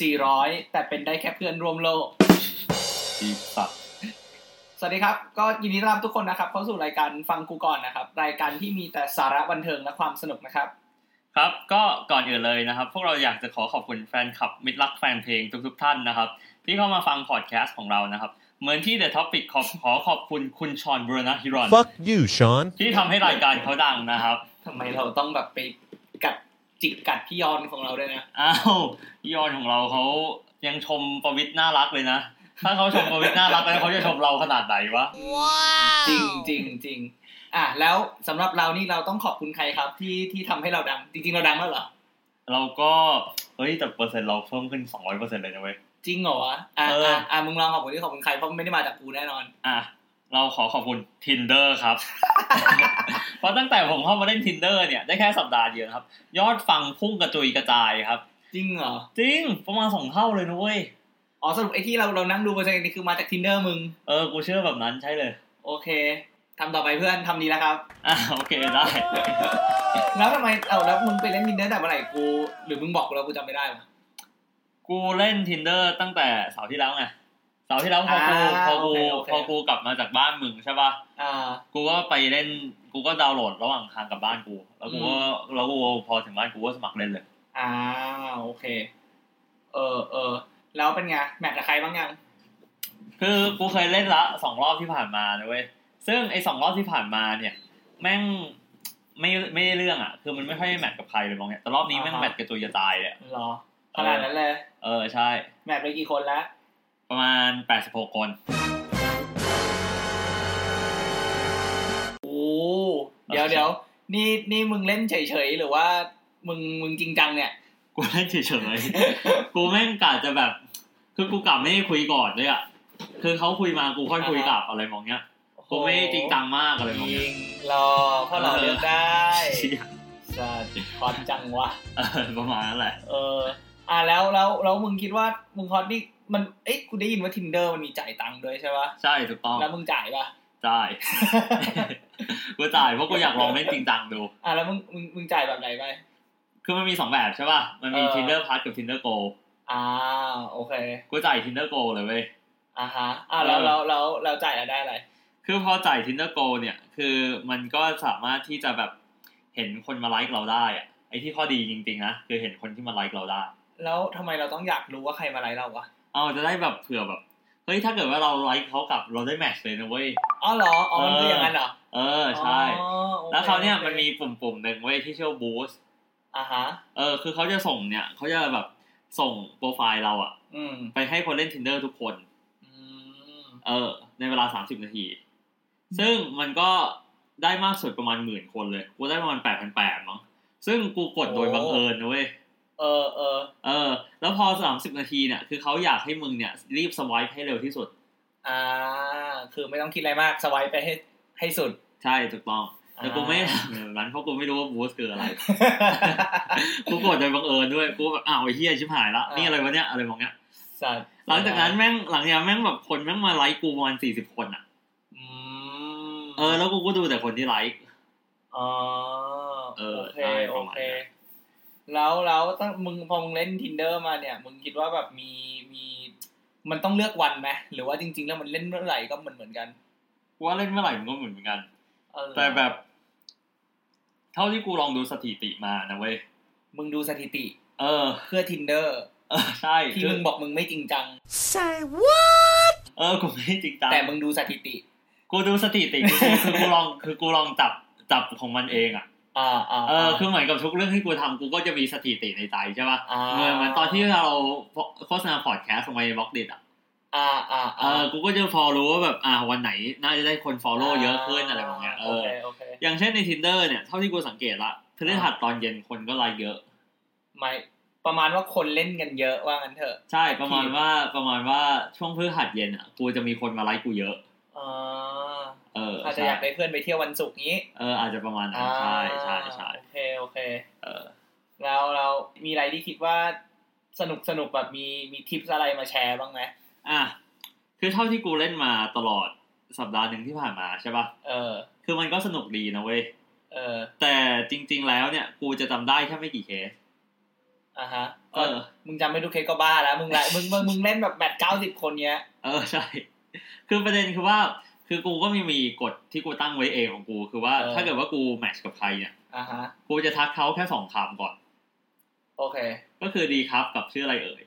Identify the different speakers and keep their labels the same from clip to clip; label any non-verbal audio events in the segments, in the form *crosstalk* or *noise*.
Speaker 1: 400 แต่เป็นได้แค่เพื่อนร่วมโลก
Speaker 2: ดีสับ
Speaker 1: สวัสดีครับ ก็ยินดีต้อนรับทุกคนนะครับ เข้าสู่รายการฟังกูก่อนนะครับ รายการที่มีแต่สาระบันเทิงและความสนุกนะครับ
Speaker 2: ครับก็ก่อนอื่นเลยนะครับ พวกเราอยากจะขอขอบคุณแฟนคลับมิตรรักแฟนเพลงทุกๆท่านนะครับ ที่เข้ามาฟังพอดแคสต์ของเรานะครับ เหมือนที่ The Topic ขอขอขอบคุณคุณชอนบรณฮิรอน
Speaker 3: Fuck you, Sean.
Speaker 2: ที่ทำให้รายการเขาดังนะครับ
Speaker 1: ทำไมเราต้องแบบไปกัดจิกกัดพี่ยอนของเราด้วยนะ
Speaker 2: อ้าวพี่ยอนของเราเขายังชมประวิตรน่ารักเลยนะ ถ้าเขาชมประวิตรน่ารักแล้วเขาจะชมเราขนาดไหนวะ
Speaker 1: จริงจริงจริงอ่ะแล้วสำหรับเรานี่เราต้องขอบคุณใครครับที่ที่ทำให้เราดัง จริง ๆ เราดังแล้วเหรอ
Speaker 2: เราก็ เฮ้ยแต่เปอร์เซ็นต์เราเพิ่มขึ้น 200%เลยนะเว้ย
Speaker 1: จริงเหรอวะอ่ะ
Speaker 2: เอออ่
Speaker 1: อ่ะอ่ะมึงลองขอบคุณที่ขอบคุณใครเพราะมันไม่ได้มาจากกูแน่นอน
Speaker 2: อ่ะเราขอขอบคุณ tinder ครับ *laughs* เพราะตั้งแต่ผมเข้ามาเล่น tinder เนี่ยได้แค่สัปดาห์เดียวนะครับ ยอดฟังพุ่งกระจุยกระจายครับ
Speaker 1: จริงเหรอ
Speaker 2: จริงประมาณสองเท่าเลยนะเว้ย
Speaker 1: อ๋อสรุปไอ้ที่เราเรานั่งดูเปอร์เซ็นต์นี่คือมาจาก tinder มึง
Speaker 2: เออกูเชื่อแบบนั้นใช่เลย
Speaker 1: โอเคทำต่อไปเพื่อนทำดีแล้วครับ
Speaker 2: อ่ะโอเคได้
Speaker 1: แล้วทำไมเอาแล้วมึงไปเล่น tinder แต่เมื่อไหร่กู หรือมึงบอกกูแล้วกูจำไม่ได้วะ
Speaker 2: กูเล่น tinder ตั้งแต่เสาร์ที่แล้วไงเสาร์ที่แล้วพอกู
Speaker 1: อ่า
Speaker 2: พอกู
Speaker 1: โอเคโอเค
Speaker 2: พอกูกลับมาจากบ้านมึงใช่ป่ะ
Speaker 1: อ่า
Speaker 2: กูก็ไปเล่นกูก็ดาวน์โหลดระหว่างทางกลับบ้านกู แล้วกูก็แล้วกูพอถึงบ้านกูก็สมัครเล่นเลย
Speaker 1: อ่าโอเค เออเออแล้วเป็นไงแมทกับใครบ้างยัง
Speaker 2: คือกูเคยเล่นละสองรอบที่ผ่านมานะเว้ย ซึ่งไอ้สองรอบที่ผ่านมาเนี่ย แม่งไม่ไม่ได้เรื่องอ่ะ คือมันไม่ค่อยแมทกับใครเลยมองเนี่ยแต่รอบนี้แม่ง
Speaker 1: อ่าฮะ
Speaker 2: แมทกับตัวจะตายเลยอะ
Speaker 1: เหรอขนาดนั้นเลย
Speaker 2: เออใช่
Speaker 1: แมทไปกี่คนแล้ว
Speaker 2: ประมาณ 86 คน
Speaker 1: โอ้เดี๋ยวเดี๋ยวนี่นี่มึงเล่นเฉยๆ หรือว่ามึงมึงจริงจังเนี่ย
Speaker 2: กูเล่นเฉยๆ *laughs* กูแม่งกะจะแบบ คือกูกลับไม่ได้คุยก่อนด้วยอ่ะ คือเขาคุยมากูค่อยคุยกลับอะไรมองเนี้ย กูไม่ได้จริงจังมากอะไร
Speaker 1: จ
Speaker 2: มองเนี้
Speaker 1: ริ
Speaker 2: ย
Speaker 1: งหรอเพราะเราเลือกได้
Speaker 2: เชี่ย *laughs*
Speaker 1: สัตว์ฮอตจังวะ
Speaker 2: เออประมาณนั้นแหละ
Speaker 1: เออ อ่ะแล้วแล้วแล้วมึงคิดว่ามึงฮอตนี่มัน เอ๊ะกูได้ยินว่า tinder มันมีจ่ายตังค์ด้วยใช่ปะ
Speaker 2: ใช่ถูกต้อง
Speaker 1: แล้วมึงจ่ายปะ
Speaker 2: จ่าย *laughs* กูจ่ายเพราะกูอยากลองเล่นจริงจังดู
Speaker 1: อ่ะแล้วมึงมึงมึงจ่ายแบบไหนไป
Speaker 2: คือมันมีสองแบบใช่ป่ะ มันมี
Speaker 1: เออ
Speaker 2: tinder plus กับ tinder go
Speaker 1: อ่าโอเค
Speaker 2: กูจ่าย tinder go เลยเว้ย
Speaker 1: อ่าฮะ อ่ะแล้ว
Speaker 2: เออ
Speaker 1: แล้วแล้วแล้วจ่ายแล้วได้อะไร
Speaker 2: คือพอจ่าย tinder go เนี่ย คือมันก็สามารถที่จะแบบเห็นคนมาไลค์เราได้อะไอ้ที่ข้อดีจริงๆนะ คือเห็นคนที่มาไลค์เราได้
Speaker 1: แล้วทำไมเราต้องอยากรู้ว่าใครมาไลค์เราวะ
Speaker 2: เอาจะได้แบบเผื่อแบบ เฮ้ย ถ้าเกิดว่าเราไลค์เขากลับเราได้แมทช์เลยนะเว้ย
Speaker 1: อ๋อเหรอ อ๋อมันคืออย่างนั้นเหรอ
Speaker 2: เออ ใช่
Speaker 1: อ๋อโอค
Speaker 2: แล้วเขาวเนี่ย
Speaker 1: โอค
Speaker 2: มันมีปุ่มปุ่มๆหนึ่งเว้ยที่ชื่อ boost
Speaker 1: อ่าฮะ
Speaker 2: เออ คือเขาจะส่งเนี่ยเขาจะแบบส่งโปรไฟล์เราอะ
Speaker 1: อืม
Speaker 2: ไปให้คนเล่น tinder ทุกคน
Speaker 1: อืม
Speaker 2: เออในเวลาสามสิบนาที ซึ่งมันก็ได้มากสุดประมาณหมื่นคนเลย กูได้ประมาณแปดพันแปดมั้งซึ่งกูกดโดยบังเอิญนะเว้ย
Speaker 1: เออเออ
Speaker 2: เออ แล้วพอสามสิบนาทีเนี่ย คือเขาอยากให้มึงเนี่ย รีบสวายให้เร็วที่สุด
Speaker 1: อ่า คือไม่ต้องคิดอะไรมากสวายไปให้ให้สุด
Speaker 2: ใช่ถูกต้อง แต่กูไม่
Speaker 1: อ่า
Speaker 2: *laughs* ทำแบบนั้นเพราะกูไม่รู้ว่าบูสคืออะไร กูกดโดยบังเอิญด้วย กูแบบอ้าวไอ้เหี้ยชิบหายละ นี่อะไรวะเนี่ยอะไรมองเนี้ย
Speaker 1: สัตว์
Speaker 2: หลังจากนั้นแม่งหลังจากนั้นแม่งแบบคนแม่งมาไลค์กูประมาณสี่สิบคนอ่ะ
Speaker 1: อืม
Speaker 2: เออแล้วกูก็ดูแต่คนที่ไลค์
Speaker 1: อ๋อ
Speaker 2: เออ
Speaker 1: โอเค
Speaker 2: ใช่ป
Speaker 1: โอ
Speaker 2: ระมาณ
Speaker 1: เค
Speaker 2: นั้น
Speaker 1: แล้วแล้วตั้งมึงพอมึงเล่น tinder มาเนี่ย มึงคิดว่าแบบมีมี มันต้องเลือกวันไหมหรือว่าจริง ๆ แล้วมันเล่นเมื่อไหร่ก็เหมือนเหมือนกัน
Speaker 2: กูว่าเล่นเมื่อไหร่มันก็เหมือนเหมือนกัน
Speaker 1: เออ
Speaker 2: แต่แบบ เท่าที่กูลองดูสถิติมานะเว้ย
Speaker 1: มึงดูสถิติ
Speaker 2: เออ
Speaker 1: เพื่อ tinder
Speaker 2: เออใช่
Speaker 1: ที่
Speaker 2: คือ
Speaker 1: มึงบอกมึงไม่จริงจัง
Speaker 3: Say what?
Speaker 2: เออกูไม่จริงจัง
Speaker 1: แต่มึงดูสถิติ
Speaker 2: กูดูสถิติ
Speaker 1: *laughs*
Speaker 2: คือคือกูลองคือกูลองจับจับของมันเองอ่ะ
Speaker 1: อ่าอ่า
Speaker 2: เออคือเหมือนกับทุกเรื่องที่กูทำกูก็จะมีสถิติในใจใช่ป่ะ
Speaker 1: า
Speaker 2: เหมือนเหมือนตอนที่เราโฆษณาพอดแคสต์ลงไปบล็อกดิอ่ะ
Speaker 1: อ่าอ่า
Speaker 2: เออกูก็จะพอรู้ว่าแบบอ่าวันไหนน่าจะได้คนฟอลโล่เยอะขึ้นอะไรแบบเนี้ยเอ
Speaker 1: โอ
Speaker 2: อ
Speaker 1: เคโอเค
Speaker 2: อย่างเช่นใน tinder เนี่ยเท่าที่กูสังเกตละพฤหัสตอนเย็นคนก็ไลค์เยอะ
Speaker 1: หมายประมาณว่าคนเล่นกันเยอะว่างั้นเถอะ
Speaker 2: ใช่ประมาณว่าประมาณว่าช่วงพฤหัสเย็นอ่ะกูจะมีคนมาไลค์กูเยอะ
Speaker 1: อ่า
Speaker 2: เออ
Speaker 1: อาจจะ
Speaker 2: ใช่
Speaker 1: อยากได้เพื่อนไปเที่ยววันศุกร์นี้
Speaker 2: เอออาจจะประมาณนั้นใช่ใช่ใช่
Speaker 1: โอเคโอเค
Speaker 2: เออ
Speaker 1: แล้วเรามีอะไรที่คิดว่าสนุกสนุกแบบมีมีทิปอะไรมาแชร์บ้างไหม
Speaker 2: อ่ะคือเท่าที่กูเล่นมาตลอดสัปดาห์หนึ่งที่ผ่านมาใช่ป่ะ
Speaker 1: เออ
Speaker 2: คือมันก็สนุกดีนะเว้ย
Speaker 1: เออ
Speaker 2: แต่จริง ๆ แล้วเนี่ยกูจะจำได้แค่ไม่กี่เคส
Speaker 1: อ่ะฮะ
Speaker 2: เออ
Speaker 1: มึงจำไม่ดูเคสก็บ้าแล้ว มึงละมึงมึงมึงเล่นแบบแมตช์เก้าสิบคนเนี้ย
Speaker 2: เออใช่ คือประเด็นคือว่า คือกูก็มีมีกฎที่กูตั้งไว้เองของกู คือว่า
Speaker 1: เออ
Speaker 2: ถ้าเกิดว่ากูแมทช์กับใครเนี่ย
Speaker 1: อ่าฮะ
Speaker 2: กูจะทักเขาแค่สองคำก่อน
Speaker 1: โอเค
Speaker 2: ก็คือดีครับกับชื่ออะไรเอ่ย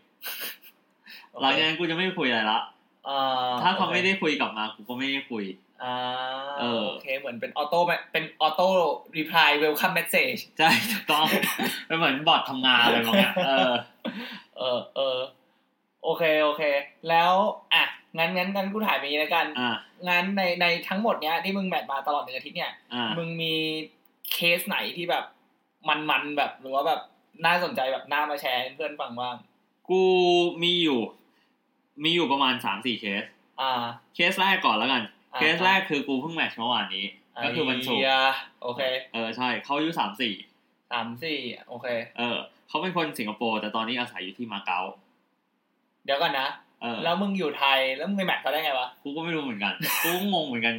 Speaker 2: หลังจากนั้นกูจะไม่คุยอะไรละ
Speaker 1: เอ่อ
Speaker 2: ถ้าเขาไม่ได้คุยกลับมากูก็ไม่ได้คุย
Speaker 1: อ่า
Speaker 2: เออ
Speaker 1: โอเค เหมือนเป็นออโต้เป็นออโต้รีプライเวลคัมเมสเซจ
Speaker 2: ใช่ถูกต้อง *laughs* เป็นเหมือนบอร์ดทำงานอะไรบางอย่างเออ
Speaker 1: เออเออโอเคโอเค แล้วอ่ะงั้นงั้นงั้นกูถ่ายไปนี้แล้วกัน
Speaker 2: อ่า
Speaker 1: งั้นในในทั้งหมดเนี้ยที่มึงแมทมาตลอดหนึ่งอาทิตย์เนี่ย
Speaker 2: อ่า
Speaker 1: มึงมีเคสไหนที่แบบมันมันๆแบบหรือว่าแบบน่าสนใจแบบน่ามาแชร์ให้เพื่อนฟังบ้าง
Speaker 2: กูมีอยู่ มีอยู่ประมาณสามสี่เคส
Speaker 1: อ่า
Speaker 2: เคสแรกก่อนแล้วกัน
Speaker 1: อ่า
Speaker 2: เคสแรกคือกูเพิ่งแมทช์เมื่อวานนี้ ก็คือวันศุกร์
Speaker 1: ไเหี้ยโอเค
Speaker 2: เออใช่เขาอายุสามสี่
Speaker 1: สามสี่โอเค
Speaker 2: เออเขาเป็นคนสิงคโปร์แต่ตอนนี้อาศัยอยู่ที่มาเก๊า
Speaker 1: เดี๋ยวก่อนนะ
Speaker 2: เออ
Speaker 1: แล้วมึงอยู่ไทยแล้วมึงไปแมทเขาได้ไงวะ
Speaker 2: กูก็ไม่รู้เหมือนกัน กูก็งงเหมือนกัน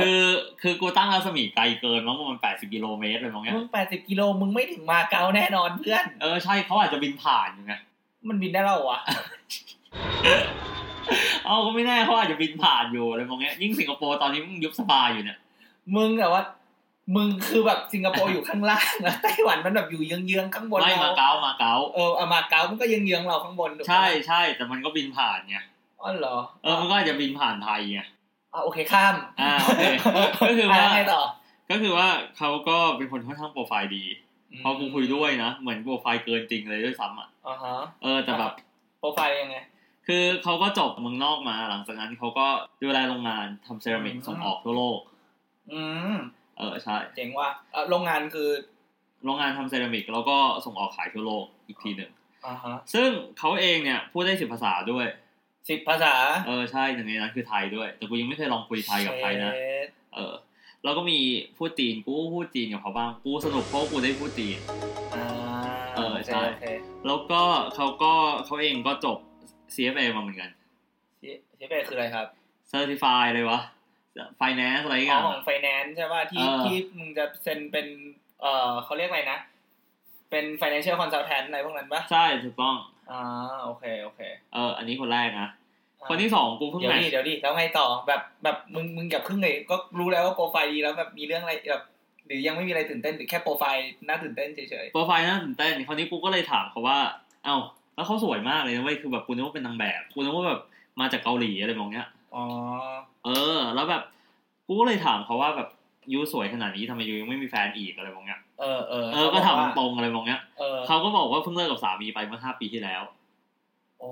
Speaker 2: คือคือกูตั้งรัศมีไกลเกินมั้งประมาณแปดสิบกิโลเมตรเลยมั้งเนี้ย
Speaker 1: มึงแปดสิบกิโลมึงไม่ถึงมาเก๊าแน่นอนเพื่อน
Speaker 2: เออใช่เขาอาจจะบินผ่านอยู่ไง
Speaker 1: มันบินได้แล้ววะ
Speaker 2: เอาก็ไม่แน่เขาอาจจะบินผ่านอยู่อะไรมั้งเนี้ยยิ่งสิงคโปร์ตอนนี้มันยุบสภาอยู่เนี่ย
Speaker 1: มึงแต่ว่า มึงคือแบบสิงคโปร์อยู่ข้างล่าง *laughs* แล้วไต้หวันมันแบบอยู่เยื้องๆข้างบน
Speaker 2: ไม่มา
Speaker 1: เรา
Speaker 2: เก๊ามาเก๊า
Speaker 1: เออเอามาเก๊ามันก็เยื้องๆเราข้างบนถูกปะ
Speaker 2: ใช่ใช่แต่มันก็บินผ่านไง
Speaker 1: อ๋อเหรอ
Speaker 2: เออมันก็อาจจะบินผ่านไทยไง
Speaker 1: อ่ะโอเคข้าม
Speaker 2: อ่าโอ
Speaker 1: *laughs*
Speaker 2: เคก็คือว่า
Speaker 1: ะไงต่อ
Speaker 2: ก็คือว่าเขาก็เป็นคนค่อนข้างโปรไฟล์ดี พอกูคุยด้วยนะเหมือนโปรไฟล์เกินจริงเลยด้วยซ้ำอ่ะ
Speaker 1: อ่าฮะ
Speaker 2: เออแต่แบบ
Speaker 1: โปรไฟล์ยังไง
Speaker 2: คือเขาก็จบเมืองนอกมาหลังจากนั้นเขาก็ดูแลโรงงานทำเซรามิก
Speaker 1: อืม
Speaker 2: ส่งออกทั่วโลก
Speaker 1: อืม
Speaker 2: เออใช่
Speaker 1: เจ๋งว่ะเอ่อโรงงานคือ
Speaker 2: โรงงานทำเซรามิกแล้วก็ส่งออกขายทั่วโลกอีกทีหนึ่ง
Speaker 1: อ่าฮะ
Speaker 2: ซึ่งเขาเองเนี่ยพูดได้สิบภาษาด้วย
Speaker 1: สิบภาษา
Speaker 2: เออใช่หนึ่งในนั้นคือไทยด้วย แต่กูยังไม่เคยลองคุยไทยกับใครนะ
Speaker 1: เชด
Speaker 2: เออแล้วก็มีพูดจีนกูพูดจีนกับเขาบ้างกูสนุกเพราะกูได้พูดจีน
Speaker 1: อ่า
Speaker 2: เออใช่
Speaker 1: โอเค
Speaker 2: แล้วก็เขาก็เขาเองก็จบ CFA มาเหมือนกัน
Speaker 1: เชฟเบคืออะไรครับ
Speaker 2: Certify เลยวะ Finance อะไรอย่าง
Speaker 1: อ๋อ
Speaker 2: เงี้ย
Speaker 1: ของไฟแนนซ์ใช่ป่ะที่
Speaker 2: เออ
Speaker 1: ที่มึงจะเซ็นเป็น เออเขาเรียกอะไรนะ เป็น financial consultant อะไรพวกนั้นป่ะ
Speaker 2: ใช่ถูกต้อง
Speaker 1: อ่าโอเคโอเค
Speaker 2: เอออันนี้คนแรกนะ
Speaker 1: อ่า
Speaker 2: คนที่สองกูเพิ่ง
Speaker 1: เดี๋ยว
Speaker 2: แม
Speaker 1: ดิ
Speaker 2: ทช์
Speaker 1: เดี๋ยวดิแล้วไงต่อแบบแบบมึงมึงอย่าเพิ่งเลยก็รู้แล้วว่าโปรไฟล์ดีแล้วแบบมีเรื่องอะไรแบบหรือยังไม่มีอะไรตื่นเต้นหรือแค่โปรไฟล์น่าตื่นเต้นเฉย
Speaker 2: โปรไฟล์น่าสนใจคราวนี้กูก็เลยถามเขาว่า เอ้า แล้วเขาสวยมากเลยนะเว้ยคือแบบกูนึกว่าเป็นนางแบบกูนึกว่าแบบมาจากเกาหลีอะไรมองเนี้ย
Speaker 1: ๆอ๋อ
Speaker 2: เออ แล้วแบบกูก็เลยถามเขาว่าแบบยูสวยขนาดนี้ทำไมยูยังไม่มีแฟนอีกอะไรมองเนี้ย
Speaker 1: เออเออ
Speaker 2: เออก็ถามต
Speaker 1: อ
Speaker 2: รงๆอะไรมองเนี้ย
Speaker 1: เออ
Speaker 2: เขาก็บอกว่าเพิ่งเลิกกับสามีไปเมื่อห้าปีที่แล้ว
Speaker 1: โอ้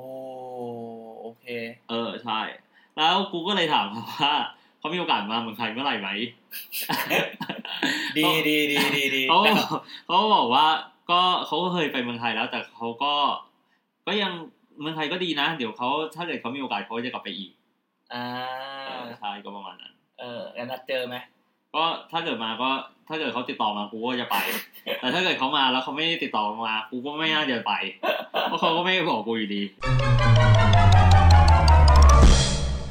Speaker 1: โอเค
Speaker 2: เออใช่ แล้วกูก็เลยถามเขาว่าเขามีโอกาสมาเมืองไทยเมื่อไหร่ไหม *laughs*
Speaker 1: ดีดีดีดีดี
Speaker 2: เขาเขาบอกว่าก็เขาก็เคยไปเมืองไทยแล้ว แต่เขาก็ ก็ยังเมืองไทยก็ดีนะ เดี๋ยวเขาถ้าเกิดเขามีโอกาสเขาจะกลับไปอีก
Speaker 1: อ่า
Speaker 2: เออใช่ก็ประมาณนั้น
Speaker 1: เออแล้วนัดเจอไหม
Speaker 2: ก็ถ้าเกิดมาก็ถ้าเกิดเขาติดต่อมากูก็จะไป แต่ถ้าเกิดเขามาแล้วเขาไม่ติดต่อมากูก็ไม่น่าจะไปเพราะเขาก็ไม่ได้บอกกูอยู่ดี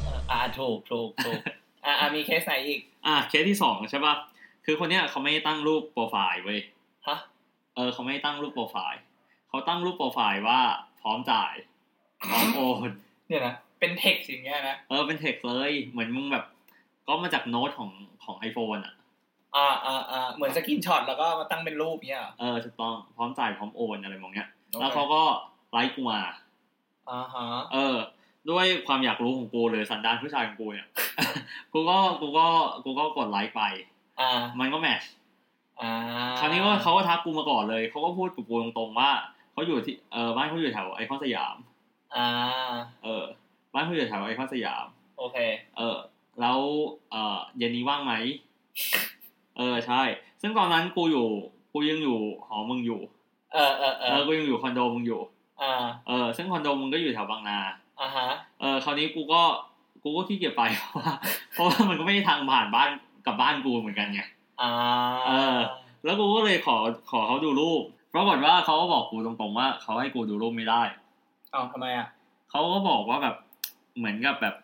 Speaker 1: เอออ่าถูกถูกถูกอ่าอ่ามีเคสไหนอีก
Speaker 2: อ่ะเคสที่สองใช่ป่ะคือคนเนี้ยเขาไม่ได้ตั้งรูปโปรไฟล์เว้ย
Speaker 1: ฮะ
Speaker 2: เออเขาไม่ได้ตั้งรูปโปรไฟล์เขาตั้งรูปโปรไฟล์ว่าพร้อมจ่ายพร้อมโอน
Speaker 1: เนี่ยนะเป็นเทคสิ่างเงี้ยนะ
Speaker 2: เออเป็นเทคเลย เหมือนมึงแบบ ก็มาจากโน้ตของของ iPhone อ่ะ
Speaker 1: อ่าอ่าอ่าเหมือนสกินช็อตแล้วก็มาตั้งเป็นรูปเนี้ยเหรอ
Speaker 2: เออถูกต้องพร้อมจ่ายพร้อมโอนอะไรมองเนี้ย
Speaker 1: โอค
Speaker 2: แล้วเขาก็ไลค์กูมา
Speaker 1: อ่าฮะ
Speaker 2: เออ ด้วยความอยากรู้ของกูหรือสันดานผู้ชายของกูเนี่ย *laughs* กูก็กูก็กูก็กดไลค์ไป
Speaker 1: อ่า
Speaker 2: มันก็แมทช์
Speaker 1: อ่า
Speaker 2: คราวนี้ว่าเขาก็ทักกูมาก่อนเลย เขาก็พูดกับกูตรงๆว่าเขาอยู่ที่เออบ้านเขาอยู่แถวไอคอนสยาม
Speaker 1: อ่า
Speaker 2: เออ บ้านเขาอยู่แถวไอคอนสยาม
Speaker 1: โอเค
Speaker 2: เออแล้วเออเย็นนี้ว่างไหม เออใช่ ซึ่งตอนนั้นกูอยู่ กูยังอยู่หอมึงอยู่
Speaker 1: เออเออเอ
Speaker 2: เออ
Speaker 1: อ
Speaker 2: กูยังอยู่คอนโดมึงอยู่
Speaker 1: อ่า
Speaker 2: เออซึ่งคอนโดมึงก็อยู่แถวบางนา
Speaker 1: อ่าฮะ
Speaker 2: เออคราวนี้กูก็กูก็ขี้เกียจไป *laughs* เพราะว่าเพราะว่ามันก็ไม่ได้ทางผ่านบ้านกลับบ้านกูเหมือนกันไง
Speaker 1: อ่า
Speaker 2: เออ แล้วกูก็เลยขอขอเขาดูรูปปรากฏว่าเขาก็บอกกูตรงๆว่าเขาให้กูดูรูปไม่ได้
Speaker 1: เอ้าทำไมอ่ะ
Speaker 2: เขาก็บอกว่าแบบเหมือนกับแบบ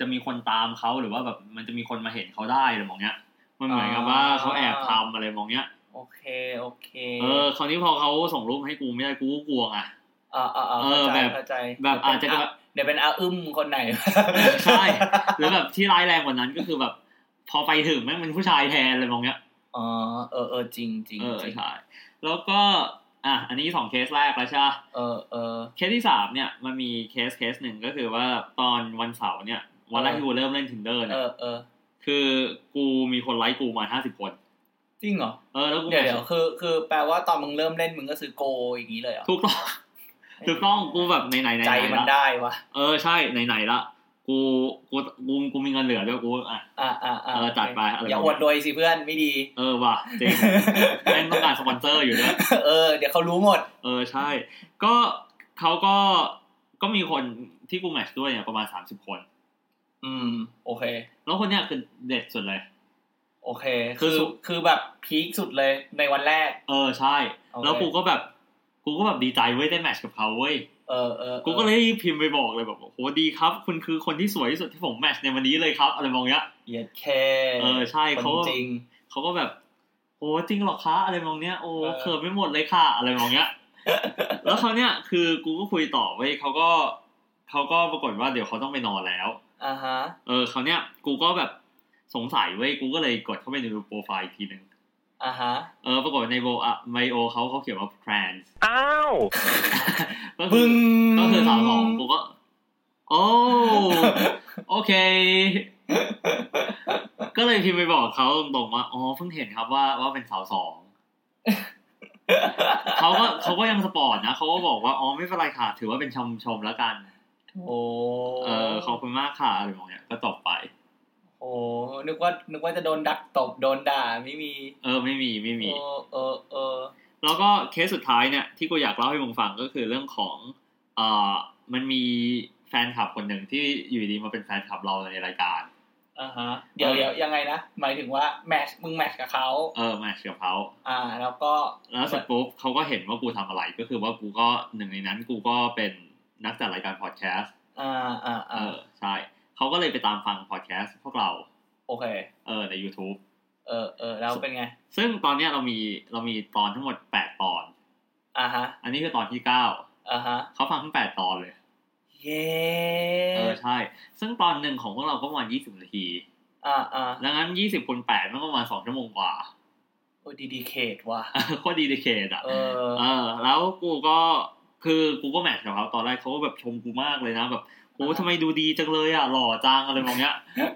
Speaker 2: จะมีคนตามเขาหรือว่าแบบมันจะมีคนมาเห็นเขาได้อะไรมองเนี้ย มันเหมือนกับว่าเขาแอบทำอะไรมองเนี้ย
Speaker 1: โอเคโอเค
Speaker 2: เออคราวนี้พอเขาส่งรูปให้กูไม่ได้กูก็กลัวไง
Speaker 1: อ่าอ่าอ่าเข้าใจ
Speaker 2: เออแบบ
Speaker 1: เข้าใจ
Speaker 2: แบบอาจจะ
Speaker 1: *laughs*
Speaker 2: แบบ
Speaker 1: เดี๋ยวเป็นอาอึ้มคนไหน
Speaker 2: ใช่ หรือแบบที่ร้ายแรงกว่านั้นก็คือแบบ พอไปถึงแม่งเป็นผู้ชายแทนอะไรมองเนี้ย
Speaker 1: อ๋อเออเออจริงจริง
Speaker 2: เออ
Speaker 1: จริง
Speaker 2: ใช่แล้วก็อ่ะอันนี้สองเคสแรกแล้วใช่ปะ
Speaker 1: เออเออ
Speaker 2: เคสที่สามเนี่ยมันมีเคสเคสหนึ่งก็คือว่าตอนวันเสาร์เนี่ยวันแรก
Speaker 1: เออ
Speaker 2: ที่กูเริ่มเล่น tinder
Speaker 1: เอ
Speaker 2: เนี่ย
Speaker 1: อเออ
Speaker 2: คือกูมีคนไลค์กูมาห้าสิบคน
Speaker 1: จริงเหรอ
Speaker 2: เออแล้วกู
Speaker 1: เดี๋ยวเดี๋ยวคือ คือแปลว่าตอนมึงเริ่มเล่นมึงก็ซื้อโกอย่างนี้เลยเหรอ
Speaker 2: ถู
Speaker 1: *laughs*
Speaker 2: กต้องถูกต้องกูแบบไหนไหนไหน
Speaker 1: ใจ
Speaker 2: ไหน
Speaker 1: มัน
Speaker 2: ละ
Speaker 1: ได้วะ
Speaker 2: เออใช่ไหนไหนละกูกูกูกูมีเงินเหลือด้วยกูอ่ะ
Speaker 1: อ่าอ่าอ่า
Speaker 2: เออจัดไปอะไร
Speaker 1: อย่าอวดรวยสิเพื่อนไม่ดี *laughs*
Speaker 2: เออว่ะจริงแม่งต้องการสปอนเซอร์อยู่ด้วย
Speaker 1: เออเดี๋ยวเขารู้หมด
Speaker 2: เออใช่ ก็เขาก็ก็มีคนที่กูแมทช์ด้วยเนี่ยประมาณสามสิบคน
Speaker 1: อืม โอเค
Speaker 2: แล้วคนเนี้ยคือเด็ดสุดเลย
Speaker 1: โอเค
Speaker 2: คื
Speaker 1: คือ อ
Speaker 2: สุ
Speaker 1: คือแบบพีคสุดเลยในวันแรก
Speaker 2: เออใช่
Speaker 1: โอเค
Speaker 2: แล้วกูก็แบบกูก็แบบดีใจเว้ยได้แมทช์กับเขาเว้ย
Speaker 1: เออเออออ
Speaker 2: กูก็เลยรีบพิมพ์ไปบอกเลยแบบโอ้โหดีครับ คุณคือคนที่สวยที่สุดที่ผมแมทช์ในวันนี้เลยครับอะไรมองเนี้ย
Speaker 1: เหยียดแค
Speaker 2: เออใช่
Speaker 1: คน
Speaker 2: เขาก็
Speaker 1: จริง
Speaker 2: เขาก็แบบโอ้จริงเหรอคะอะไรมองเนี้ยโอ้
Speaker 1: เออ
Speaker 2: เขินไม่หมดเลยค่ะ อะไรมองเนี้ย
Speaker 1: *laughs*
Speaker 2: แล้วเขาวเนี้ยคือกูก็คุยต่อเว้ยเขาก็เขาก็ปรากฏว่าเดี๋ยวเขาต้องไปนอนแล้ว
Speaker 1: อ่าฮะ
Speaker 2: เออคราวเนี้ยกูก็แบบสงสัยเว้ยกูก็เลยกดเข้าไปดูโปรไฟล์อีกทีหนึ่ง
Speaker 1: อ่าฮะ
Speaker 2: เออปรากฏในโบอะไมโอเขาเขาเขียนว่า trans
Speaker 3: Ow!
Speaker 2: ก็คื
Speaker 1: บึ้
Speaker 2: อง ก็คือสาวสองกูก็ โอ้โอเค ก็เลยพิมพ์ไปบอกเขาตรงๆว่าอ๋อเพิ่งเห็นครับว่าว่าเป็นสาวสองเขาก็เขาก็ยังสปอร์ตนะเขาก็บอกว่าอ๋อไม่เป็นไรค่ะ ถือว่าเป็นชมชมแล้วกัน
Speaker 1: โอ้
Speaker 2: เออขอบคุณมากค่ะอะไรแบบเนี้ยก็จบไป
Speaker 1: โอ้นึกว่านึกว่าจะโดนดักตบโดนด่าไม่มี
Speaker 2: เออไม่มีไม่มี
Speaker 1: เออเออเออ
Speaker 2: แล้วก็เคสสุดท้ายเนี่ยที่กูอยากเล่าให้มึงฟังก็คือเรื่องของเอ่อมันมีแฟนคลับคนหนึ่งที่อยู่ดีมาเป็นแฟนคลับเราในรายการ
Speaker 1: อ่าฮะ เดี๋ยวเดี๋ยวยังไงนะ หมายถึงว่าแมทชมึงแมทชกับเขา
Speaker 2: เออแมทชกับเขา
Speaker 1: อ่า แล้วก็
Speaker 2: แล้วเสร็จปุ๊บเขาก็เห็นว่ากูทำอะไรก็คือว่ากูก็หนึ่งในนั้นกูก็เป็นนักจัดรายการพอดแคสต์
Speaker 1: อ่าอ่า
Speaker 2: เอ
Speaker 1: อ่า
Speaker 2: อใช่เขาก็เลยไปตามฟังพอดแคสต์พวกเรา
Speaker 1: โอเค
Speaker 2: เออใน YouTube
Speaker 1: เออเออแล้วเป็นไง
Speaker 2: ซึ่งตอนเนี้ยเรามีเรามีตอนทั้งหมด 8 ตอน
Speaker 1: อ่าฮะ
Speaker 2: อันนี้คือตอนที่ 9
Speaker 1: อ่าฮะ
Speaker 2: เขาฟังทั้ง 8 ตอนเลย
Speaker 1: เย้
Speaker 2: เออใช่ ซึ่งตอนหนึ่งของพวกเราก็ประมาณ20นาที
Speaker 1: อ่าอ่า
Speaker 2: ดังนั้นยี่สิบคูณแปดมันก็ประมาณสองชั่วโมงกว่า *laughs*
Speaker 1: โอ้ดีดีเคท *laughs* ว่ะ
Speaker 2: โคตรดีเดเคทอ่ะ
Speaker 1: เออ
Speaker 2: เออ แล้วกูก็คือกูก็แมทช์กับเขาตอนแรกเขาก็แบบชมกูมากเลยนะแบบโอ้
Speaker 1: อ่าฮะ
Speaker 2: ทำไมดูดีจังเลยอ่ะหล่อจังอะไรมองเนี้ย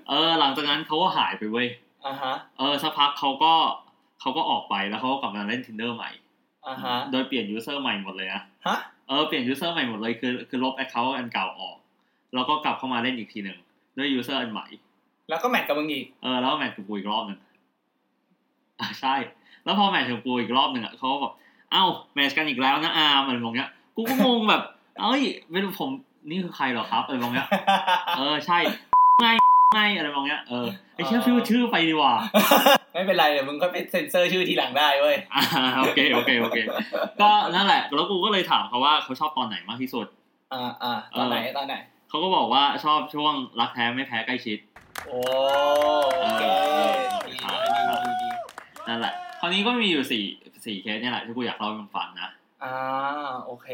Speaker 2: เออ หลังจากนั้นเขาก็หายไปเว้ย
Speaker 1: อ่าฮะ
Speaker 2: เออสักพักเขาก็เขาก็ออกไปแล้วเขาก็กลับมาเล่น tinder ใหม่
Speaker 1: อ่าฮะ
Speaker 2: โดยเปลี่ยนยูเซอร์ใหม่หมดเลยนะ
Speaker 1: ฮะ
Speaker 2: เออเปลี่ยนยูเซอร์ใหม่หมดเลยคือคือลบแอคเคาท์อันเก่าออก แล้วก็กลับเข้ามาเล่นอีกทีหนึ่งด้วยยูเซอร์อันใหม่
Speaker 1: แล้วก็แมทกับมึงอีก *laughs*
Speaker 2: เออแล้วก็แมทกับกูอีกรอบหนึ่งอ่ะใช่ แล้วพอแมทกับกูอีกรอบหนึ่งอ่ะเขาก็บอกเอ้าแมทกันอีกแล้วนะอาร์มอะไรมองเนี้ย กูก็งงแบบ *laughs* เอ้ยไม่รู้ผมนี่คือใครเหรอครับอะไรมองเนี้ยเออใช่ *laughs* ไงไงอะไรมองเนี้ยเออไอเชื่อฟิวชื่อไปดีกว่า *laughs*
Speaker 1: ไม่เป็นไรเดี๋ยวมึงก็ไปเซ็นเซอร์ชื่อทีหลังได้เว้ย
Speaker 2: อ่าโอเคโอเคโอเค ก็นั่นแหละ แล้วกูก็เลยถามเขาว่าเขาชอบตอนไหนมากที่สุด
Speaker 1: อ่าอ่าตอนไหนตอนไหน
Speaker 2: เขาก็บอกว่าชอบช่วงรักแท้ไม่แพ้ใกล้ชิด
Speaker 1: โอ้โอเคดีดีดีดี
Speaker 2: นั่นแหละ คราวนี้ก็มีอยู่สี่สี่เคสเนี่ยแหละที่กูอยากเล่าให้มึงฟังนะ *laughs*
Speaker 1: อ่าโอเค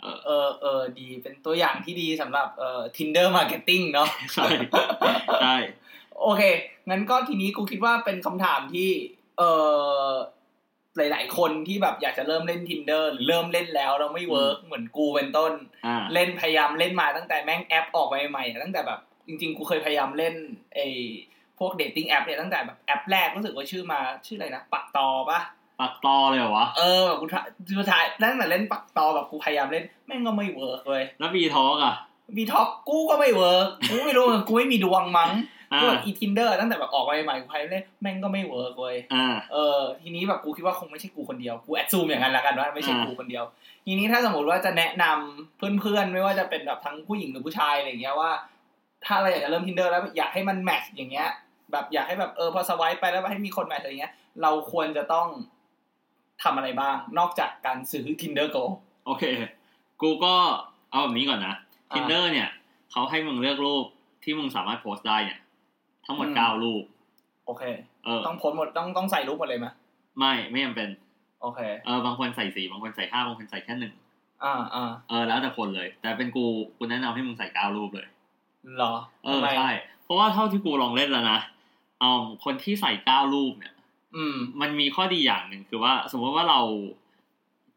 Speaker 2: เออ
Speaker 1: เออเออดีเป็นตัวอย่างที่ดีสำหรับเอ่อ Tinder Marketing เนาะ
Speaker 2: ใช่ใช่
Speaker 1: โอเค งั้นก็ทีนี้กูคิดว่าเป็นคำถามที่ เออหลาย ๆ คนที่แบบอยากจะเริ่มเล่น tinder หรือเริ่มเล่นแล้วเราไม่เวิร์กเหมือนกูเป็นต้น
Speaker 2: อ่า
Speaker 1: เล่นพยายามเล่นมาตั้งแต่แม่งแอปออกมาใหม่ๆตั้งแต่แบบจริง ๆ กูเคยพยายามเล่นไอ้พวกเดทติ้งแอปเนี่ยตั้งแต่แบบแอปแรกรู้สึกว่าชื่อมาชื่ออะไรนะปักตอปะ
Speaker 2: ปักตอเลยเหรอวะ
Speaker 1: เออแบบกูถ่ายกูถ่ายตั้งแต่เล่นปักตอแบบกูพยายามเล่นแม่งก็ไม่เวิร์กเลย
Speaker 2: แล้วบีท้อกอ่ะ
Speaker 1: บีท็อกกูก็ไม่เวิร์กกูไม่รู้กูไม่มีดวงมั้ง
Speaker 2: อ่า
Speaker 1: ก็แบบอีทินเดอร์ตั้งแต่แบบออกมาใหม่ๆกูใครเล่นแม่งก็ไม่เวิร์กเว้ย
Speaker 2: อ่า
Speaker 1: เออทีนี้แบบกูคิดว่าคงไม่ใช่กูคนเดียวกูแอดซูมอย่างนั้นละกันว่าไม่ใช่
Speaker 2: อ่ากู
Speaker 1: กูคนเดียว ทีนี้ถ้าสมมติว่าจะแนะนำเพื่อนๆ ไม่ว่าจะเป็นแบบทั้งผู้หญิงหรือผู้ชายอะไรอย่างเงี้ยว่า ถ้าเราอยากจะเริ่มทินเดอร์แล้วอยากให้มันแมทช์อย่างเงี้ย แบบอยากให้แบบเออพอสวายไปแล้วให้มีคนแมทช์อะไรเงี้ย เราควรจะต้องทำอะไรบ้าง นอกจากการซื้อ tinder go
Speaker 2: โอเค กูก็เอาแบบนี้ก่อนนะ tinder เนี่ย เขาให้มึงเลือกรูปที่มึงสามารถโพสต์ได้เนี่ย ทั้งหมด
Speaker 1: อืม
Speaker 2: เก้ารูป
Speaker 1: โอเค
Speaker 2: เออ
Speaker 1: ต้องโพ้นหมดต้องต้องใส่รูปหมดเลยไหมย
Speaker 2: ไม่ไม่จำเป็น
Speaker 1: โอเค
Speaker 2: เออบางคนใส่สี่บางคนใส่ห้าบางคนใส่แค่หนึ่ง
Speaker 1: อ่าอ่า
Speaker 2: เออแล้วแต่คนเลย แต่เป็นกูกูแนะนำให้มึงใส่กาวรูปเลย
Speaker 1: เหรอ
Speaker 2: เอ
Speaker 1: ทำ
Speaker 2: อ
Speaker 1: ไม
Speaker 2: ใช่เพราะว่าเท่าที่กูลองเล่นแล้วนะเอาคนที่ใส่ก้าวรูปเนี่ย
Speaker 1: อืม
Speaker 2: มันมีข้อดีอย่างหนึ่งคือว่า สมมติว่าเรา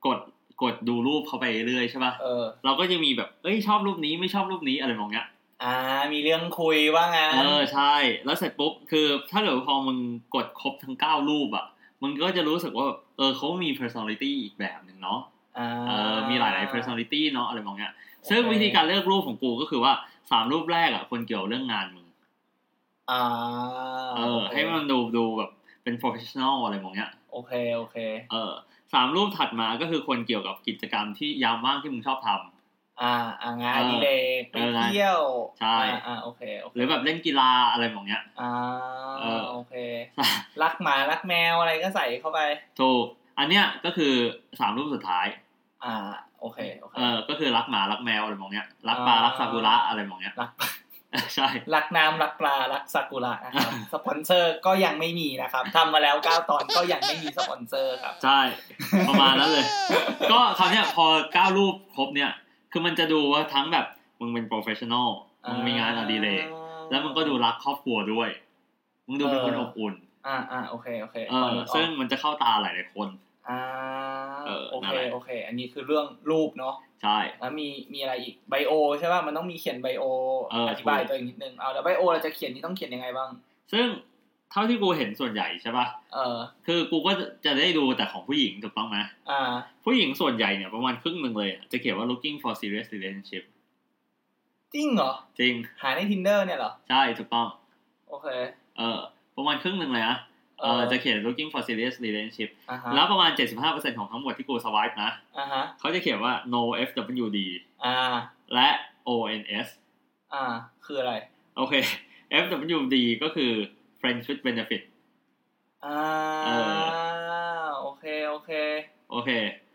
Speaker 2: กดกดดูรูปเขาไปเรื่อยใช่ป่ะ
Speaker 1: เออ
Speaker 2: เราก็จะมีแบบเอ้ยชอบรูปนี้ไม่ชอบรูปนี้อะไรมองเงี้ย
Speaker 1: อ่า มีเรื่องคุยว่างั้น
Speaker 2: เออใช่แล้วเสร็จปุ๊บคือ ถ้าเกิดพอมึงกดครบทั้งเก้ารูปอ่ะมันก็จะรู้สึกว่าแบบเออเขามี personality อีกแบบหนึ่งเนาะ
Speaker 1: อ่า
Speaker 2: เออมีหลาย ๆ personality เนาะอะไรมองเงี้ย
Speaker 1: โอเค
Speaker 2: ซึ่งวิธีการเลือกรูปของกูก็คือว่าสามรูปแรกอ่ะคนเกี่ยวเรื่องงานมึง
Speaker 1: อ่า
Speaker 2: เออ ให้มันดูดูแบบเป็น professional อะไรมองเงี้ย
Speaker 1: โอเค โอเค
Speaker 2: เออสามรูปถัดมาก็คือคนเกี่ยวกับกิจกรรมที่ยามว่างที่มึงชอบทำ
Speaker 1: อ่า อ่างานอดีเลกไป
Speaker 2: เออ
Speaker 1: เที่ยว
Speaker 2: ใช่
Speaker 1: อ่าอ่าโอเคโอเค
Speaker 2: หรือแบบเล่นกีฬาอะไรมองเงี้ย *laughs*
Speaker 1: อ่า
Speaker 2: เออ
Speaker 1: โอเค รักหมารักแมวอะไรก็ใส่เข้าไป
Speaker 2: ถูก อันเนี้ยก็คือสามรูปสุดท้าย
Speaker 1: อ่า โอเคโอเค
Speaker 2: เออ ก็คือรักหมารักแมวอะไรมองเงี้ย รักปลา
Speaker 1: อ่ารั
Speaker 2: รักซากุระอะไรมองเงี้ย *laughs*
Speaker 1: รัก
Speaker 2: ใช่
Speaker 1: รักน้ำรักปลารักซากุระนะครับ สปอนเซอร์ก็ยังไม่มีนะครับทำมาแล้วเก้าตอนก็ยังไม่มีสปอนเซอร์ครับ
Speaker 2: ใช่ ประมาณนั้น
Speaker 3: *laughs*
Speaker 2: เลย *laughs* ก็คราวเนี้ยพอเก้ารูปครบเนี่ย คือมันจะดูว่าทั้งแบบมึงเป็น professional มึงมีงานอดิเรก แล้วมึงก็ดูรักครอบครัวด้วย มึงดูเป็นคนอบอุ่น
Speaker 1: อ่าอ่าโอเคโอเค
Speaker 2: เออ ซึ่งมันจะเข้าตาหลาย ๆ คน
Speaker 1: อ่า
Speaker 2: เออ
Speaker 1: โอ
Speaker 2: นั่
Speaker 1: เคน
Speaker 2: แหละ
Speaker 1: โอเค อันนี้คือเรื่องรูปเนาะ
Speaker 2: ใช่
Speaker 1: แล้วมีมีอะไรอีกไบโอใช่ป่ะมันต้องมีเขียนไบโอ
Speaker 2: เออ
Speaker 1: อธิบายตัวเองนิดนึงเอาแล้วไบโอเราจะเขียนนี่ต้องเขียนยังไงบ้าง
Speaker 2: ซึ่งเท่าที่กูเห็นส่วนใหญ่ใช่ปะ่ะ
Speaker 1: เออ
Speaker 2: คือกูก็จะได้ดูแต่ของผู้หญิงถูกต้องไหม
Speaker 1: อ่า
Speaker 2: ผู้หญิงส่วนใหญ่เนี่ยประมาณครึ่งหนึ่งเลยอะจะเขียนว่า looking for serious relationship
Speaker 1: จริงเหรอ
Speaker 2: จริง
Speaker 1: หาใน tinder เนี่ยเหรอ
Speaker 2: ใช่ถูกต้อง
Speaker 1: โอเค
Speaker 2: เออประมาณครึ่งหนึ่งเลยนะเออ
Speaker 1: เออ
Speaker 2: จะเขียน looking for serious relationship
Speaker 1: อ่าฮะ
Speaker 2: แล้วประมาณ 75%ของทั้งหมดที่กูสวายนะ
Speaker 1: อ่าฮะ
Speaker 2: เขาจะเขียนว่า no fwd
Speaker 1: อ่า
Speaker 2: และ ons
Speaker 1: อ่า คืออะไร
Speaker 2: โอเค *laughs* fwd ก็คือ friends with benefit
Speaker 1: อ่า
Speaker 2: เอ
Speaker 1: โอเคโอเค
Speaker 2: โอเค